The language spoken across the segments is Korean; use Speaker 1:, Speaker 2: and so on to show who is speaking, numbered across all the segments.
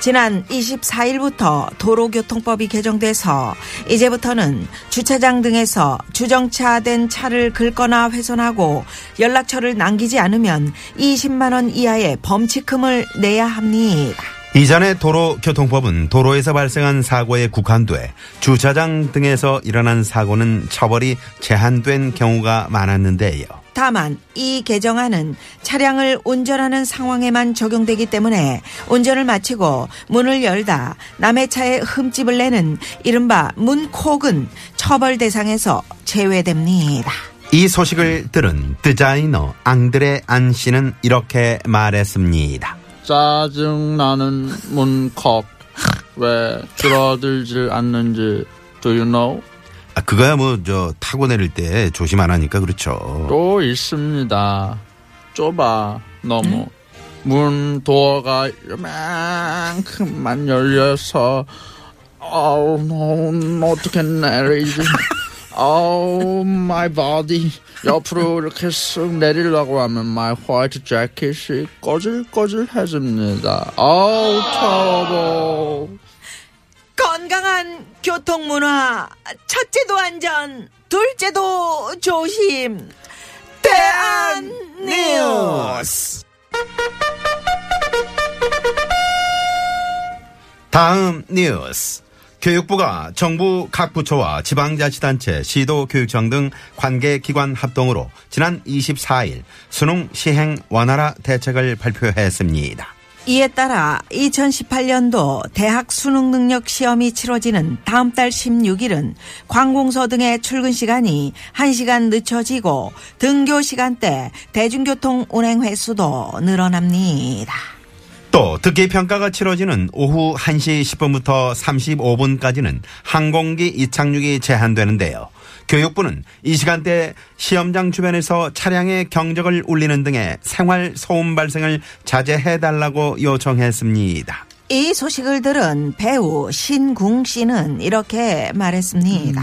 Speaker 1: 지난 24일부터 도로교통법이 개정돼서 이제부터는 주차장 등에서 주정차된 차를 긁거나 훼손하고 연락처를 남기지 않으면 20만 원 이하의 범칙금을 내야 합니다.
Speaker 2: 이전의 도로교통법은 도로에서 발생한 사고에 국한돼 주차장 등에서 일어난 사고는 처벌이 제한된 경우가 많았는데요.
Speaker 1: 다만 이 개정안은 차량을 운전하는 상황에만 적용되기 때문에 운전을 마치고 문을 열다 남의 차에 흠집을 내는 이른바 문콕은 처벌 대상에서 제외됩니다.
Speaker 2: 이 소식을 들은 디자이너 앙드레 안 씨는 이렇게 말했습니다.
Speaker 3: 짜증나는 문콕 왜 줄어들질 않는지 do you know?
Speaker 2: 아, 그거야 뭐 저 타고 내릴 때 조심 안 하니까 그렇죠.
Speaker 3: 또 있습니다 좁아 너무 문 도어가 이만큼만 열려서 아우 너무 어떻게 내리지 아우 Oh, my body 옆으로 이렇게 쓱 내리려고 하면 my white jacket이 꺼질꺼질해집니다 Oh, 아우 터보
Speaker 1: 건강한 교통 문화 첫째도 안전 둘째도 조심 대한
Speaker 2: 아,
Speaker 1: 뉴스
Speaker 2: 다음 뉴스. 교육부가 정부 각 부처와 지방자치단체, 시도교육청 등 관계기관 합동으로 지난 24일 수능 시행 원활화 대책을 발표했습니다.
Speaker 1: 이에 따라 2018년도 대학 수능 능력 시험이 치러지는 다음 달 16일은 관공서 등의 출근 시간이 1시간 늦춰지고 등교 시간대 대중교통 운행 횟수도 늘어납니다.
Speaker 2: 또 듣기 평가가 치러지는 오후 1시 10분부터 35분까지는 항공기 이착륙이 제한되는데요. 교육부는 이 시간대 시험장 주변에서 차량의 경적을 울리는 등의 생활 소음 발생을 자제해 달라고 요청했습니다.
Speaker 1: 이 소식을 들은 배우 신궁 씨는 이렇게 말했습니다.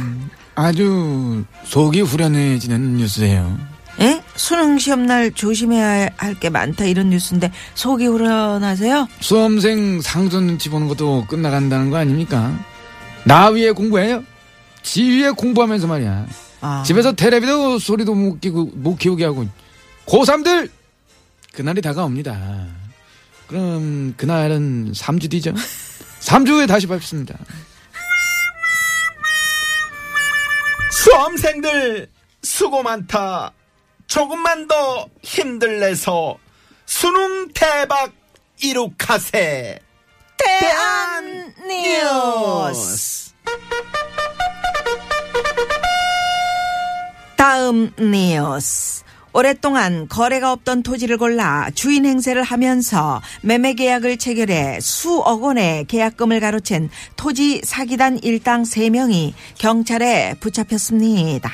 Speaker 4: 아주 속이 후련해지는 뉴스예요.
Speaker 1: 예? 수능 시험 날 조심해야 할 게 많다 이런 뉴스인데 속이 후련하세요?
Speaker 4: 수험생 상전 눈치 보는 것도 끝나간다는 거 아닙니까? 나 위에 공부해요. 지 위에 공부하면서 말이야.
Speaker 1: 아.
Speaker 4: 집에서 테레비도 소리도 못, 끼고, 못 키우게 하고 고3들 그날이 다가옵니다. 그럼 그날은 3주 뒤죠. 3주 후에 다시 뵙습니다.
Speaker 2: 수험생들 수고 많다. 조금만 더 힘들래서 수능 대박 이룩하세.
Speaker 1: 대한 뉴스. 다음 뉴스. 오랫동안 거래가 없던 토지를 골라 주인 행세를 하면서 매매 계약을 체결해 수억 원의 계약금을 가로챈 토지 사기단 일당 3명이 경찰에 붙잡혔습니다.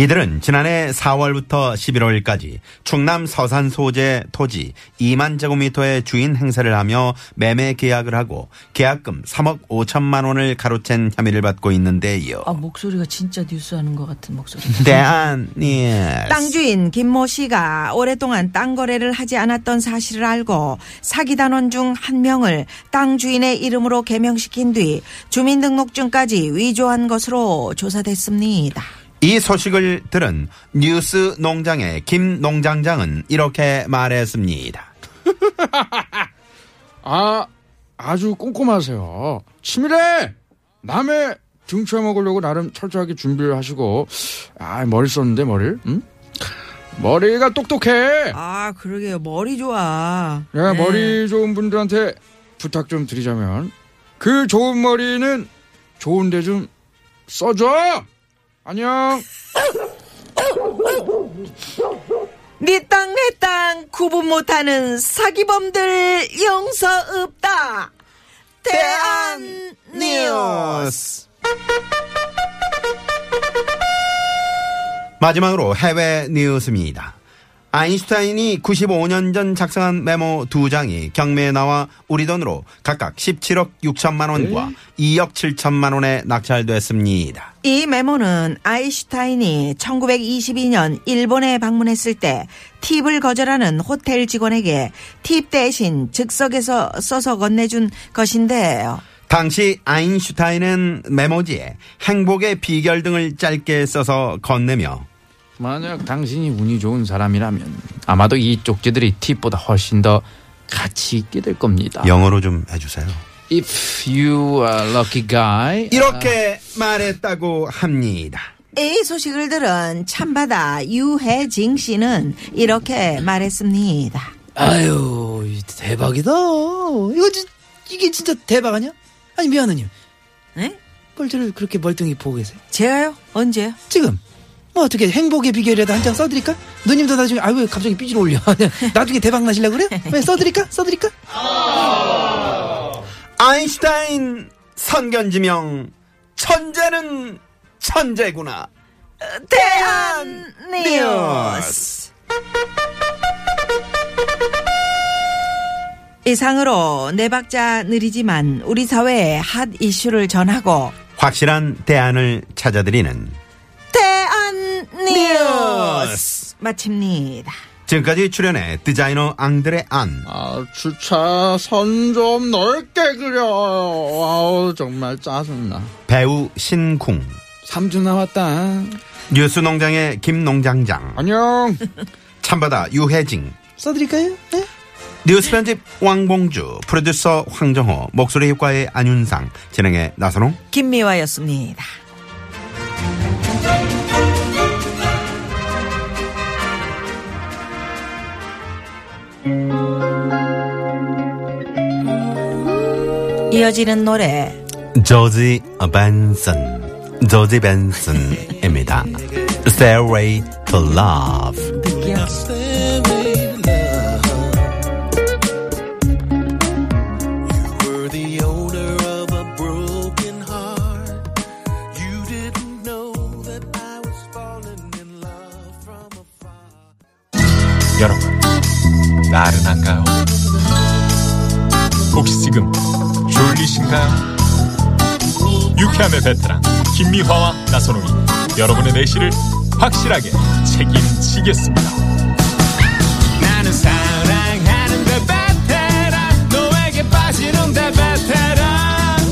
Speaker 2: 이들은 지난해 4월부터 11월까지 충남 서산 소재 토지 2만 제곱미터의 주인 행세를 하며 매매 계약을 하고 계약금 3억 5천만 원을 가로챈 혐의를 받고 있는데요.
Speaker 1: 그 목소리가 진짜 뉴스 하는 것 같은 아, 목소리.
Speaker 2: 대한 예.
Speaker 1: 땅 주인 김모 씨가 오랫동안 땅 거래를 하지 않았던 사실을 알고 사기단원 중 한 명을 땅 주인의 이름으로 개명시킨 뒤 주민등록증까지 위조한 것으로 조사됐습니다.
Speaker 2: 이 소식을 들은 뉴스 농장의 김 농장장은 이렇게 말했습니다.
Speaker 4: 아, 아주 꼼꼼하세요. 치밀해! 남의 등쳐 먹으려고 나름 철저하게 준비를 하시고, 아, 머리 썼는데, 머리를? 응? 머리가 똑똑해!
Speaker 1: 아, 그러게요. 머리 좋아.
Speaker 4: 내가 머리 좋은 분들한테 부탁 좀 드리자면, 그 좋은 머리는 좋은데 좀 써줘! 안녕!
Speaker 1: 네 땅, 내 땅 구분 못하는 사기범들 용서 없다. 딴 뉴스.
Speaker 2: 마지막으로 해외 뉴스입니다. 아인슈타인이 95년 전 작성한 메모 두 장이 경매에 나와 우리 돈으로 각각 17억 6천만 원과 2억 7천만 원에 낙찰됐습니다.
Speaker 1: 이 메모는 아인슈타인이 1922년 일본에 방문했을 때 팁을 거절하는 호텔 직원에게 팁 대신 즉석에서 써서 건네준 것인데요.
Speaker 2: 당시 아인슈타인은 메모지에 행복의 비결 등을 짧게 써서 건네며
Speaker 4: 만약 당신이 운이 좋은 사람이라면 아마도 이 쪽지들이 팁보다 훨씬 더 가치 있게 될 겁니다.
Speaker 2: 영어로 좀 해주세요.
Speaker 4: If you are lucky guy,
Speaker 2: 이렇게 말했다고 합니다.
Speaker 1: 이 소식을 들은 참바다 유해징 씨는 이렇게 말했습니다.
Speaker 5: 아유 이 대박이다 이거 진- 이게 진짜 대박 아니야? 아니 미아누님
Speaker 1: 에?
Speaker 5: 뭘 저를 그렇게 멀뚱히 보고 계세요?
Speaker 1: 네? 제가요? 언제요?
Speaker 5: 지금 뭐 어떻게 행복의 비결이라도 한 장 써드릴까? 누님도 나중에 아유 왜 갑자기 삐질 올려 나중에 대박 나시려 그래? 왜 써드릴까? 써드릴까?
Speaker 2: 아인슈타인 선견지명 천재는 천재구나.
Speaker 1: 대한
Speaker 2: 뉴스.
Speaker 1: 이상으로 네 박자 느리지만 우리 사회의 핫 이슈를 전하고
Speaker 2: 확실한 대안을 찾아드리는
Speaker 1: 대한
Speaker 2: 뉴스.
Speaker 1: 뉴스 마칩니다.
Speaker 2: 지금까지 출연해 디자이너 앙드레 안
Speaker 3: 아, 주차 선 좀 넓게 그려요. 아우, 정말 짜증나.
Speaker 2: 배우 신궁
Speaker 4: 3주 남았다.
Speaker 2: 뉴스 농장의 김농장장
Speaker 3: 안녕.
Speaker 2: 참바다 유혜징
Speaker 5: 써드릴까요? 네?
Speaker 2: 뉴스 편집 왕봉주 프로듀서 황정호 목소리 효과의 안윤상 진행의 나선홍
Speaker 1: 김미화였습니다. 이어지는 노래
Speaker 2: 조지 벤슨 조지 벤슨입니다 Stairway to Love
Speaker 1: 듣기요.
Speaker 6: were the owner of a broken heart. You didn't know that I was falling in love from afar.
Speaker 7: 여러분, 나른한가요? 혹시 지금 졸리신가요? 유쾌함의 베테랑 김미화와 나선홍이 여러분의 내실을 확실하게 책임지겠습니다. 나는 사랑하는데 베테랑 너에게 빠지는데 베테랑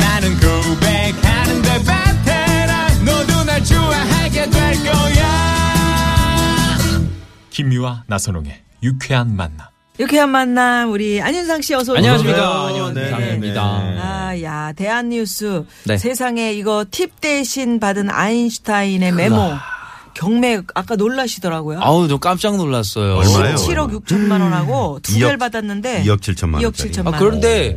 Speaker 7: 나는 고백하는데 베테랑 너도 날 좋아하게 될 거야. 김유와 나선홍의 유쾌한 만남.
Speaker 1: 유쾌한 만남 우리 안윤상 씨 어서 오세요.
Speaker 4: 안녕하십니까. 안녕하십니까.
Speaker 1: 네.
Speaker 4: 입니다.
Speaker 1: 아, 야, 대한 뉴스.
Speaker 4: 네.
Speaker 1: 세상에 이거 팁 대신 받은 아인슈타인의 메모. 경매 아까 놀라시더라고요.
Speaker 8: 아우 저 깜짝 놀랐어요.
Speaker 2: 얼마예요? 음.
Speaker 1: 7억 6천만 원하고 두
Speaker 2: 이억-
Speaker 1: 개를 받았는데
Speaker 2: 2억 7천만
Speaker 1: 2억
Speaker 2: 원짜리.
Speaker 1: 7천만
Speaker 8: 아,
Speaker 1: 원.
Speaker 8: 그런데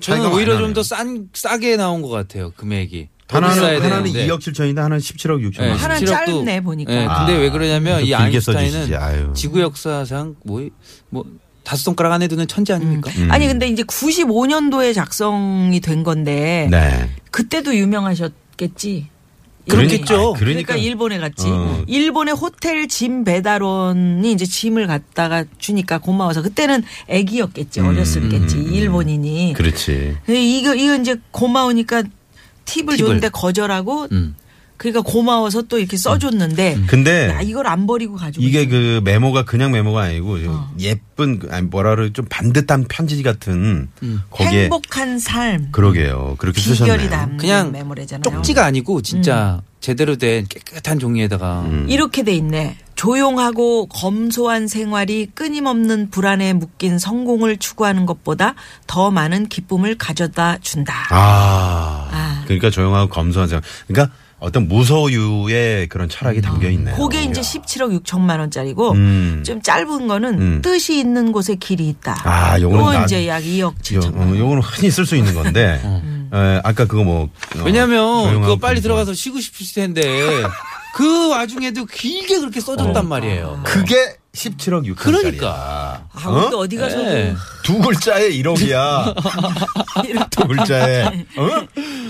Speaker 8: 저는
Speaker 2: 차이가 많이
Speaker 8: 오히려
Speaker 2: 나네요.
Speaker 8: 좀 더 싼 싸게 나온 것 같아요 금액이. 더
Speaker 2: 하나는,
Speaker 8: 비싸야
Speaker 2: 하나는
Speaker 8: 되는데.
Speaker 2: 2억 7천인데 하나는 17억 6천만
Speaker 8: 예,
Speaker 2: 원
Speaker 1: 하나는
Speaker 8: 17억 도-
Speaker 1: 짧네, 보니까.
Speaker 8: 예,
Speaker 2: 아,
Speaker 8: 근데 왜 그러냐면
Speaker 2: 좀
Speaker 8: 이
Speaker 2: 길게 써주시지, 아유.
Speaker 8: 아인슈타인은 지구 역사상 뭐뭐 다섯 손가락 안에 드는 천재 아닙니까?
Speaker 1: 아니 근데 이제 95년도에 작성이 된 건데
Speaker 2: 네.
Speaker 1: 그때도 유명하셨겠지.
Speaker 8: 그렇겠죠.
Speaker 1: 일본이. 그러니까, 일본에 갔지.
Speaker 2: 어.
Speaker 1: 일본의 호텔 짐 배달원이 이제 짐을 갖다가 주니까 고마워서 그때는 애기였겠지. 어렸을겠지. 일본인이.
Speaker 2: 음. 그렇지.
Speaker 1: 근데 이거 이거 이제 고마우니까 팁을, 줬는데 거절하고
Speaker 2: 음.
Speaker 1: 그러니까 고마워서 또 이렇게 써줬는데
Speaker 2: 근데
Speaker 1: 야, 아, 이걸 안 버리고 가지고
Speaker 2: 음. 이게
Speaker 1: 있어.
Speaker 2: 그 메모가 그냥 메모가 아니고
Speaker 1: 어.
Speaker 2: 예쁜 그, 아니 뭐라 그래 좀 반듯한 편지 같은 거기에
Speaker 1: 음. 행복한 삶
Speaker 2: 그러게요 그렇게
Speaker 1: 비결이
Speaker 2: 쓰셨네요.
Speaker 1: 담긴
Speaker 8: 그냥
Speaker 1: 메모래잖아요.
Speaker 8: 쪽지가 아니고 진짜
Speaker 1: 음.
Speaker 8: 제대로 된 깨끗한 종이에다가
Speaker 2: 음.
Speaker 1: 이렇게 돼 있네. 조용하고 검소한 생활이 끊임없는 불안에 묶인 성공을 추구하는 것보다 더 많은 기쁨을 가져다 준다.
Speaker 2: 아,
Speaker 1: 아.
Speaker 2: 그러니까 조용하고 검소한 생각. 그러니까 어떤 무소유의 그런 철학이 담겨 있네요.
Speaker 1: 음. 그게 이제 17억 6천만 원짜리고
Speaker 2: 음.
Speaker 1: 좀 짧은 거는
Speaker 2: 음.
Speaker 1: 뜻이 있는 곳에 길이 있다.
Speaker 2: 아, 요거는
Speaker 1: 요건
Speaker 2: 난-
Speaker 1: 이제 약 2억
Speaker 2: 요,
Speaker 1: 7천만 원.
Speaker 2: 어, 요거는 흔히 쓸 수 있는 건데
Speaker 1: 음.
Speaker 2: 에, 아까 그거 뭐 어,
Speaker 8: 왜냐면
Speaker 2: 조용하고
Speaker 8: 그거 빨리
Speaker 2: 검소한-
Speaker 8: 들어가서 쉬고 싶으실 텐데 그 와중에도 길게 그렇게 써줬단 말이에요.
Speaker 2: 그게 17억 6천짜리
Speaker 8: 그러니까
Speaker 1: 아무도 어? 디 가서
Speaker 8: 예.
Speaker 2: 두 글자에 1억이야. 두 글자에.
Speaker 1: 음.
Speaker 2: 어?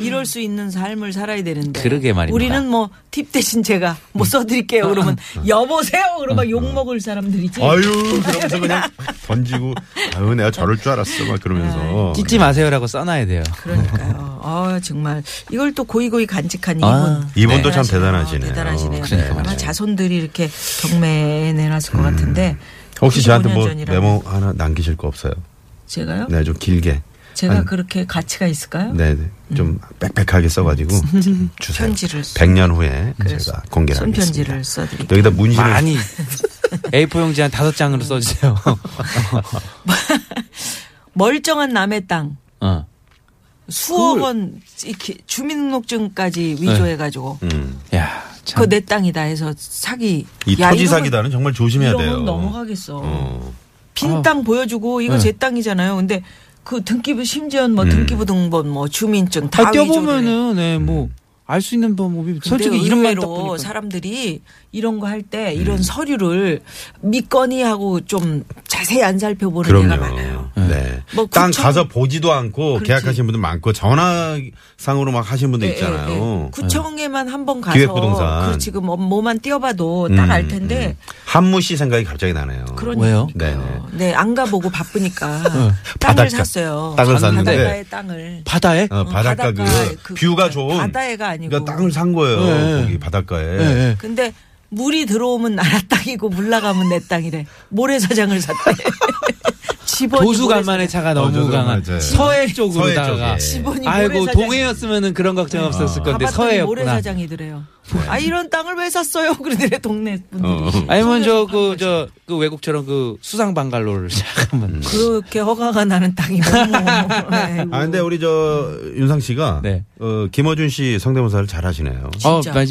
Speaker 1: 이럴 수 있는 삶을 살아야 되는데.
Speaker 8: 그러게 말입니다.
Speaker 1: 우리는 뭐 팁 대신 제가 뭐 써드릴게요. 그러면
Speaker 8: 어.
Speaker 1: 여보세요. 그러면 욕 먹을 사람들이지.
Speaker 2: 아유, 그러면서 그냥 던지고, 아유, 내가 저럴 줄 알았어. 막
Speaker 1: 아,
Speaker 2: 그러면서.
Speaker 8: 찢지 마세요라고 써놔야 돼요.
Speaker 1: 그러니까요. 아 정말 이걸 또 고이고이 간직한 이분.
Speaker 8: 아,
Speaker 2: 이분도 참
Speaker 1: 대단하시네요.
Speaker 2: 대단하시네요.
Speaker 1: 대단하시네요.
Speaker 8: 그러니까
Speaker 1: 아마
Speaker 8: 말이죠.
Speaker 1: 자손들이 이렇게 경매에 내놨을 것 같은데.
Speaker 2: 음. 혹시
Speaker 1: 95년
Speaker 2: 저한테 뭐
Speaker 1: 전이라고.
Speaker 2: 메모 하나 남기실 거 없어요?
Speaker 1: 제가요?
Speaker 2: 네, 좀 길게.
Speaker 1: 제가
Speaker 2: 한-
Speaker 1: 그렇게 가치가 있을까요?
Speaker 2: 네, 네. 좀 빽빽하게 써가지고 주세요.
Speaker 1: 편지를 써.
Speaker 2: 100년 후에
Speaker 1: 그래서
Speaker 2: 제가 공개를
Speaker 1: 손편지를
Speaker 2: 하겠습니다.
Speaker 1: 써드릴게요.
Speaker 2: 여기다 문신을
Speaker 8: 많이 A4 용지 한 다섯 장으로 써주세요.
Speaker 1: 멀쩡한 남의 땅
Speaker 8: 어.
Speaker 1: 수억 원 이렇게 주민등록증까지
Speaker 8: 네.
Speaker 1: 위조해가지고
Speaker 2: 음.
Speaker 8: 야, 참.
Speaker 1: 그거 내 땅이다 해서 사기.
Speaker 2: 이
Speaker 1: 야,
Speaker 2: 토지
Speaker 1: 이러면-
Speaker 2: 사기다는 정말 조심해야
Speaker 1: 이러면
Speaker 2: 돼요.
Speaker 1: 넘어가겠어.
Speaker 2: 어. 네.
Speaker 1: 빈 땅 보여주고 이거 제 땅이잖아요. 근데 그 등기부 심지어 뭐
Speaker 2: 음.
Speaker 1: 등기부 등본 뭐 주민증 다
Speaker 8: 아,
Speaker 1: 위조를 해.
Speaker 8: 떼어보면은, 네, 뭐, 알 수 있는 방법이, 솔직히
Speaker 1: 근데
Speaker 8: 이름만 딱
Speaker 1: 의외로
Speaker 8: 보니까.
Speaker 1: 사람들이 이런 거 할 때
Speaker 2: 음.
Speaker 1: 이런 서류를 믿거니 하고 좀 자세히 안 살펴보는 데가 많아요.
Speaker 2: 그럼요. 네.
Speaker 1: 뭐
Speaker 2: 땅
Speaker 1: 구청-
Speaker 2: 가서 보지도 않고
Speaker 1: 그렇지.
Speaker 2: 계약하신 분들 많고 전화상으로 막 하신 분들
Speaker 1: 예,
Speaker 2: 있잖아요. 네.
Speaker 1: 예, 예. 구청에만 한 번 가서
Speaker 2: 기획부동산. 음,
Speaker 1: 그 지금 뭐- 뭐만 띄어봐도 딱 알 텐데
Speaker 2: 한무 씨 생각이 갑자기 나네요.
Speaker 1: 그런
Speaker 8: 왜요?
Speaker 1: 얘기니까요. 네, 안 가보고 바쁘니까 땅을
Speaker 2: 음. 어, 바닷가.
Speaker 1: 샀어요.
Speaker 2: 땅을 샀는데.
Speaker 1: 바닷가에 땅을.
Speaker 8: 바다에?
Speaker 2: 어, 바닷가 그
Speaker 1: 바닷가에 그
Speaker 2: 뷰가 좋은
Speaker 1: 바다에가 아니고.
Speaker 2: 그러니까 땅을 산 거예요.
Speaker 8: 예.
Speaker 2: 거기 바닷가에.
Speaker 8: 예.
Speaker 1: 근데 물이 들어오면 나라 땅이고 물 나가면 내 땅이래. 모래사장을 샀대. 집원이
Speaker 8: 도수간만의 차가
Speaker 2: 어,
Speaker 8: 너무
Speaker 2: 저, 저,
Speaker 8: 강한
Speaker 2: 맞아요.
Speaker 8: 서해 어.
Speaker 2: 쪽에.
Speaker 8: 쪽으로다가
Speaker 1: 모래사장. 집원이
Speaker 8: 아이고
Speaker 1: 모래사장이-
Speaker 8: 동해였으면은 그런 걱정 없었을 건데
Speaker 1: 가봤더니
Speaker 8: 서해였구나.
Speaker 1: 모래사장이더래요. 아 이런 땅을 왜 샀어요? 그러더래 동네 분들이.
Speaker 8: 아니면 저 그 저 그 외국처럼 그 수상 방갈로를 잠깐만.
Speaker 5: 음.
Speaker 1: 그렇게 허가가 나는 땅이 뭐. 네. 너무.
Speaker 2: 아 근데 우리 저 윤상 씨가
Speaker 8: 네.
Speaker 2: 어, 김어준 씨 성대모사를 잘 하시네요.
Speaker 8: 어
Speaker 1: 진짜.
Speaker 8: 많이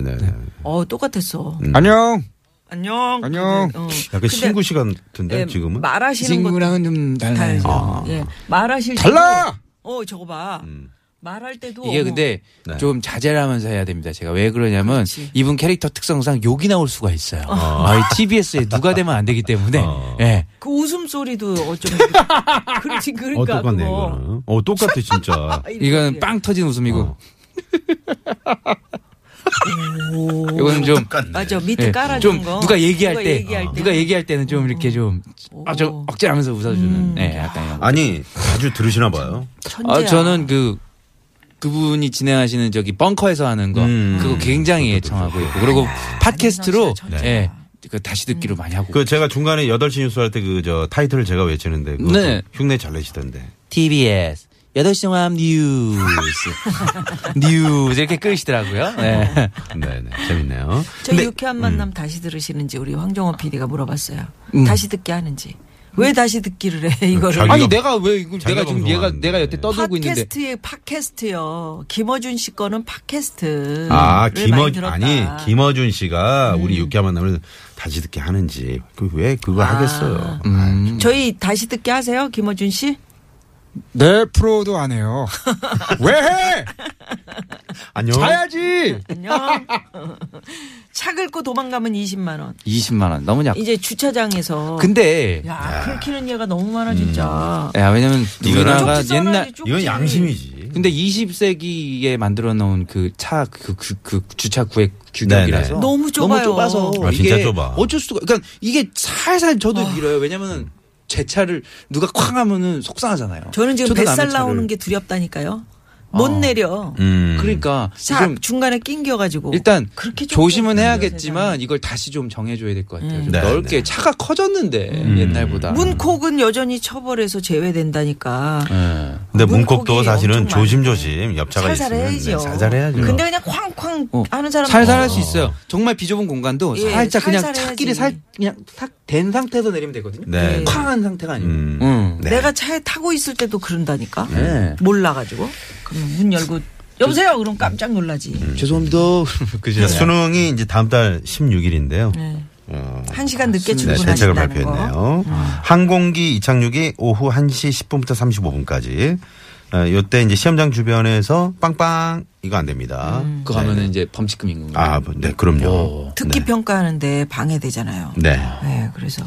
Speaker 2: 네, 네, 네.
Speaker 1: 어 똑같았어.
Speaker 4: 안녕.
Speaker 1: 안녕.
Speaker 4: 안녕.
Speaker 1: 근데, 어.
Speaker 2: 약간
Speaker 1: 근데,
Speaker 2: 신구 씨 같은데
Speaker 1: 예,
Speaker 2: 그 지금은 어, 아.
Speaker 1: 말하시는 것도
Speaker 5: 친구랑은 좀 달라요.
Speaker 1: 달죠. 예, 말하실
Speaker 4: 달라!
Speaker 1: 때도, 어 저거 봐.
Speaker 2: 음.
Speaker 1: 말할 때도 뭐
Speaker 8: 이게
Speaker 1: 어머,
Speaker 8: 근데
Speaker 2: 네.
Speaker 8: 좀 자제를 하면서 해야 됩니다. 제가 왜 그러냐면
Speaker 1: 그렇지.
Speaker 8: 이분 캐릭터 특성상 욕이 나올 수가 있어요. 아, 이 TBS에 누가 되면 안 되기 때문에
Speaker 5: 어.
Speaker 8: 예.
Speaker 1: 그 웃음 소리도 어쩜 그렇지
Speaker 2: 어
Speaker 1: 그러니까
Speaker 2: 똑같네
Speaker 1: 그거.
Speaker 2: 이거는. 어 똑같아 진짜.
Speaker 1: 아, 이거
Speaker 8: 이건
Speaker 1: 어떡해.
Speaker 8: 빵 터진 웃음이고
Speaker 2: 어.
Speaker 8: 이건 좀
Speaker 1: 맞아 밑에
Speaker 8: 예,
Speaker 1: 깔아준
Speaker 8: 좀
Speaker 1: 거.
Speaker 8: 누가 얘기할 때 아,
Speaker 1: 얘기할 때.
Speaker 8: 누가 얘기할 때는 좀 이렇게 좀 아, 좀 억제하면서 웃어주는
Speaker 1: 음.
Speaker 8: 예, 약간 이런 거.
Speaker 2: 아니 자주 들으시나 봐요.
Speaker 1: 천재야.
Speaker 8: 아, 저는 그 그분이 진행하시는 저기 벙커에서 하는 거
Speaker 2: 음.
Speaker 8: 그거 굉장히 애청하고 있고 그리고
Speaker 1: 아,
Speaker 8: 팟캐스트로
Speaker 1: 진짜 천재다.
Speaker 8: 예. 그 다시
Speaker 1: 음.
Speaker 8: 듣기로 많이 하고
Speaker 2: 그 제가 중간에 8시 뉴스 할 때 그 저 타이틀을 제가 외치는데 그거 좀
Speaker 8: 네.
Speaker 2: 흉내 잘 내시던데.
Speaker 8: TBS 8시 종합 뉴스 뉴스 이렇게 끄시더라고요. 네.
Speaker 2: 네, 네. 재밌네요.
Speaker 1: 저
Speaker 8: 음.
Speaker 1: 유쾌한 만남 다시 들으시는지 우리 황정호 PD가 물어봤어요.
Speaker 8: 음.
Speaker 1: 다시 듣기 하는지 왜 다시 듣기를 해 이거를?
Speaker 2: 자기가-
Speaker 8: 아니 내가 왜 이거
Speaker 2: 자기가
Speaker 8: 내가 지금 얘가
Speaker 2: 방송하는데.
Speaker 8: 내가 여태 떠들고 있는데
Speaker 1: 팟캐스트의 팟캐스트요. 김어준 씨 거는 팟캐스트.
Speaker 2: 아,
Speaker 1: 를 많이
Speaker 2: 김어
Speaker 1: 들었다. 음.
Speaker 2: 아니 김어준 씨가 우리 육개만남을 다시 듣게 하는지 그 왜 그거
Speaker 1: 아.
Speaker 2: 하겠어요.
Speaker 1: 저희 다시 듣게 하세요, 김어준 씨.
Speaker 4: 내 프로도 안 해요. 왜 해?
Speaker 2: 안녕.
Speaker 4: 자야지.
Speaker 1: 안녕. 차 긁고 도망가면 20만 원.
Speaker 8: 20만 원 너무 약.
Speaker 1: 이제 주차장에서.
Speaker 8: 아, 근데
Speaker 1: 야, 긁히는 얘가 너무 많아 진짜.
Speaker 8: 야 왜냐면
Speaker 2: 이거는
Speaker 8: 누나가
Speaker 1: 쪽지
Speaker 8: 옛날
Speaker 1: 써놔야지, 쪽지.
Speaker 2: 이건 양심이지.
Speaker 8: 근데 20세기에 만들어 놓은 그 차 그 그 주차 구획 규격이라서
Speaker 2: 네네.
Speaker 1: 너무 좁아요.
Speaker 8: 좁아서
Speaker 2: 아, 진짜
Speaker 8: 이게
Speaker 2: 좁아.
Speaker 8: 어쩔 수가 그러니까 이게 살살 저도 밀어요. 왜냐면은 제 차를 누가 쾅 하면은 속상하잖아요.
Speaker 1: 저는 지금
Speaker 8: 저도 남의
Speaker 1: 뱃살
Speaker 8: 차를- 어.
Speaker 1: 나오는 게 두렵다니까요. 못 내려.
Speaker 2: 음.
Speaker 8: 그러니까
Speaker 1: 차
Speaker 8: 좀
Speaker 1: 중간에 낑겨가지고.
Speaker 8: 일단
Speaker 1: 그렇게 좁게
Speaker 8: 조심은
Speaker 1: 생겨요,
Speaker 8: 해야겠지만
Speaker 1: 세상에.
Speaker 8: 이걸 다시 좀 정해줘야 될 것 같아요. 좀
Speaker 2: 네, 음.
Speaker 8: 넓게 차가 커졌는데 옛날보다.
Speaker 1: 문콕은 여전히 처벌에서 제외된다니까.
Speaker 8: 예.
Speaker 2: 근데
Speaker 1: 문콕이
Speaker 2: 문콕도 사실은
Speaker 1: 엄청 많아요.
Speaker 2: 조심조심 옆차가
Speaker 1: 살살
Speaker 2: 있으면
Speaker 1: 해야죠.
Speaker 2: 네, 살살 해야죠.
Speaker 1: 근데 그냥 쾅쾅
Speaker 8: 어,
Speaker 1: 하는 사람
Speaker 8: 살살 할 수 있어요. 정말 비좁은 공간도
Speaker 1: 예,
Speaker 8: 살짝 그냥
Speaker 1: 살살
Speaker 8: 차끼리
Speaker 1: 해야지.
Speaker 8: 살 그냥 탁된 상태에서 내리면 되거든요.
Speaker 2: 네.
Speaker 8: 쾅한 상태가 아니고.
Speaker 2: 음.
Speaker 8: 음.
Speaker 2: 네.
Speaker 1: 내가 차에 타고 있을 때도 그런다니까.
Speaker 8: 네.
Speaker 1: 몰라가지고. 그럼 문 열고 여보세요. 그럼 깜짝 놀라지.
Speaker 2: 음.
Speaker 8: 죄송합니다.
Speaker 2: 이제 네. 수능이 이제 다음 달 16일인데요.
Speaker 1: 네.
Speaker 2: 어.
Speaker 1: 한 시간 늦게
Speaker 2: 네, 새 책을
Speaker 1: 출근하신다는 거.
Speaker 2: 발표했네요. 항공기 이착륙이 오후 1시 10분부터 35분까지 어, 요때 이제 시험장 주변에서 빵빵 이거 안 됩니다.
Speaker 8: 그거 하면은 이제 범칙금인 건가요?
Speaker 2: 아, 뭐, 네, 그럼요.
Speaker 8: 오.
Speaker 1: 음. 듣기
Speaker 2: 네.
Speaker 1: 평가하는데 방해되잖아요.
Speaker 2: 네.
Speaker 1: 네, 그래서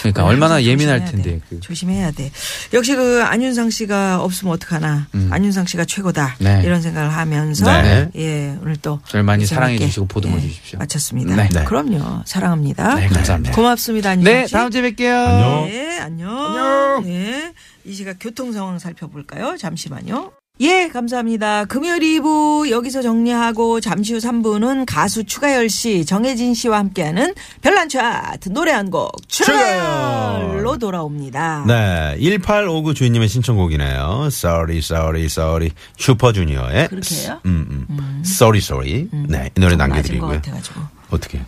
Speaker 8: 그러니까
Speaker 1: 아,
Speaker 8: 얼마나
Speaker 1: 항상
Speaker 8: 예민할
Speaker 1: 조심해야
Speaker 8: 텐데,
Speaker 1: 돼.
Speaker 8: 그.
Speaker 1: 조심해야 돼. 역시 그 안윤상 씨가 없으면 어떡하나. 안윤상 씨가 최고다.
Speaker 8: 음. 네.
Speaker 1: 이런 생각을 하면서
Speaker 2: 네.
Speaker 1: 예 오늘 또
Speaker 8: 저를 많이
Speaker 1: 인상
Speaker 8: 사랑해
Speaker 1: 깊게,
Speaker 8: 주시고 보듬어
Speaker 1: 예,
Speaker 8: 주십시오.
Speaker 1: 마쳤습니다.
Speaker 8: 네.
Speaker 2: 네.
Speaker 1: 그럼요. 사랑합니다.
Speaker 8: 네, 감사합니다.
Speaker 1: 고맙습니다. 안윤상
Speaker 8: 네,
Speaker 1: 씨.
Speaker 8: 다음 주에 뵐게요.
Speaker 2: 안녕.
Speaker 1: 네, 안녕. 안녕. 네. 이 시각 교통 상황 살펴볼까요? 잠시만요. 예, 감사합니다. 금요일 2부 여기서 정리하고 잠시 후 3부는 가수 추가열 씨, 정혜진 씨와 함께하는 별난 차트 노래 한 곡 추가열로 돌아옵니다.
Speaker 2: 네. 1859 주인님의 신청곡이네요. Sorry, sorry, sorry. 슈퍼주니어의.
Speaker 1: 그렇게 해요? 음.
Speaker 2: 음, 음. Sorry, sorry. 네. 이 노래
Speaker 1: 좀 맞은
Speaker 2: 남겨드리고요.
Speaker 1: 것 같아가지고.
Speaker 2: 어떻게?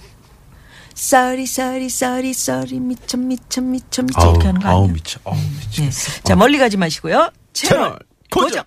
Speaker 1: Sorry, sorry, sorry, sorry. 미쳐, 미쳐, 미쳐, 미쳐.
Speaker 2: 아우,
Speaker 1: 이렇게 하는 거 아니에요?
Speaker 2: 아우, 미쳐. 아우, 미쳐.
Speaker 1: 네. 자, 멀리 가지 마시고요. 채널 고정.